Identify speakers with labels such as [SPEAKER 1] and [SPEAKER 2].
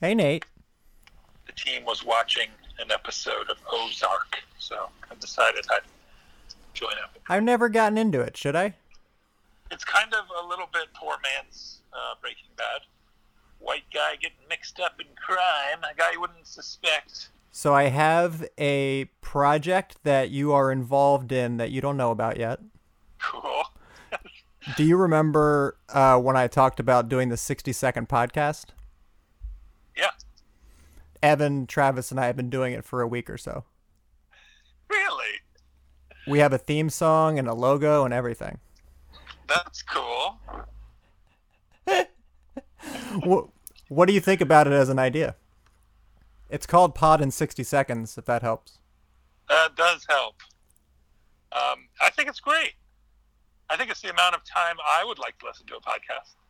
[SPEAKER 1] Hey, Nate.
[SPEAKER 2] The team was watching an episode of Ozark, so I decided I'd join up.
[SPEAKER 1] I've never gotten into it. Should I?
[SPEAKER 2] It's kind of a little bit poor man's uh, Breaking Bad. White guy getting mixed up in crime, a guy you wouldn't suspect.
[SPEAKER 1] So I have a project that you are involved in that you don't know about yet.
[SPEAKER 2] Cool.
[SPEAKER 1] Do you remember uh, when I talked about doing the 60 second podcast?
[SPEAKER 2] Yeah.
[SPEAKER 1] Evan, Travis, and I have been doing it for a week or so.
[SPEAKER 2] Really?
[SPEAKER 1] We have a theme song and a logo and everything.
[SPEAKER 2] That's cool.
[SPEAKER 1] what, what do you think about it as an idea? It's called Pod in 60 Seconds, if that helps.
[SPEAKER 2] That does help. Um, I think it's great. I think it's the amount of time I would like to listen to a podcast.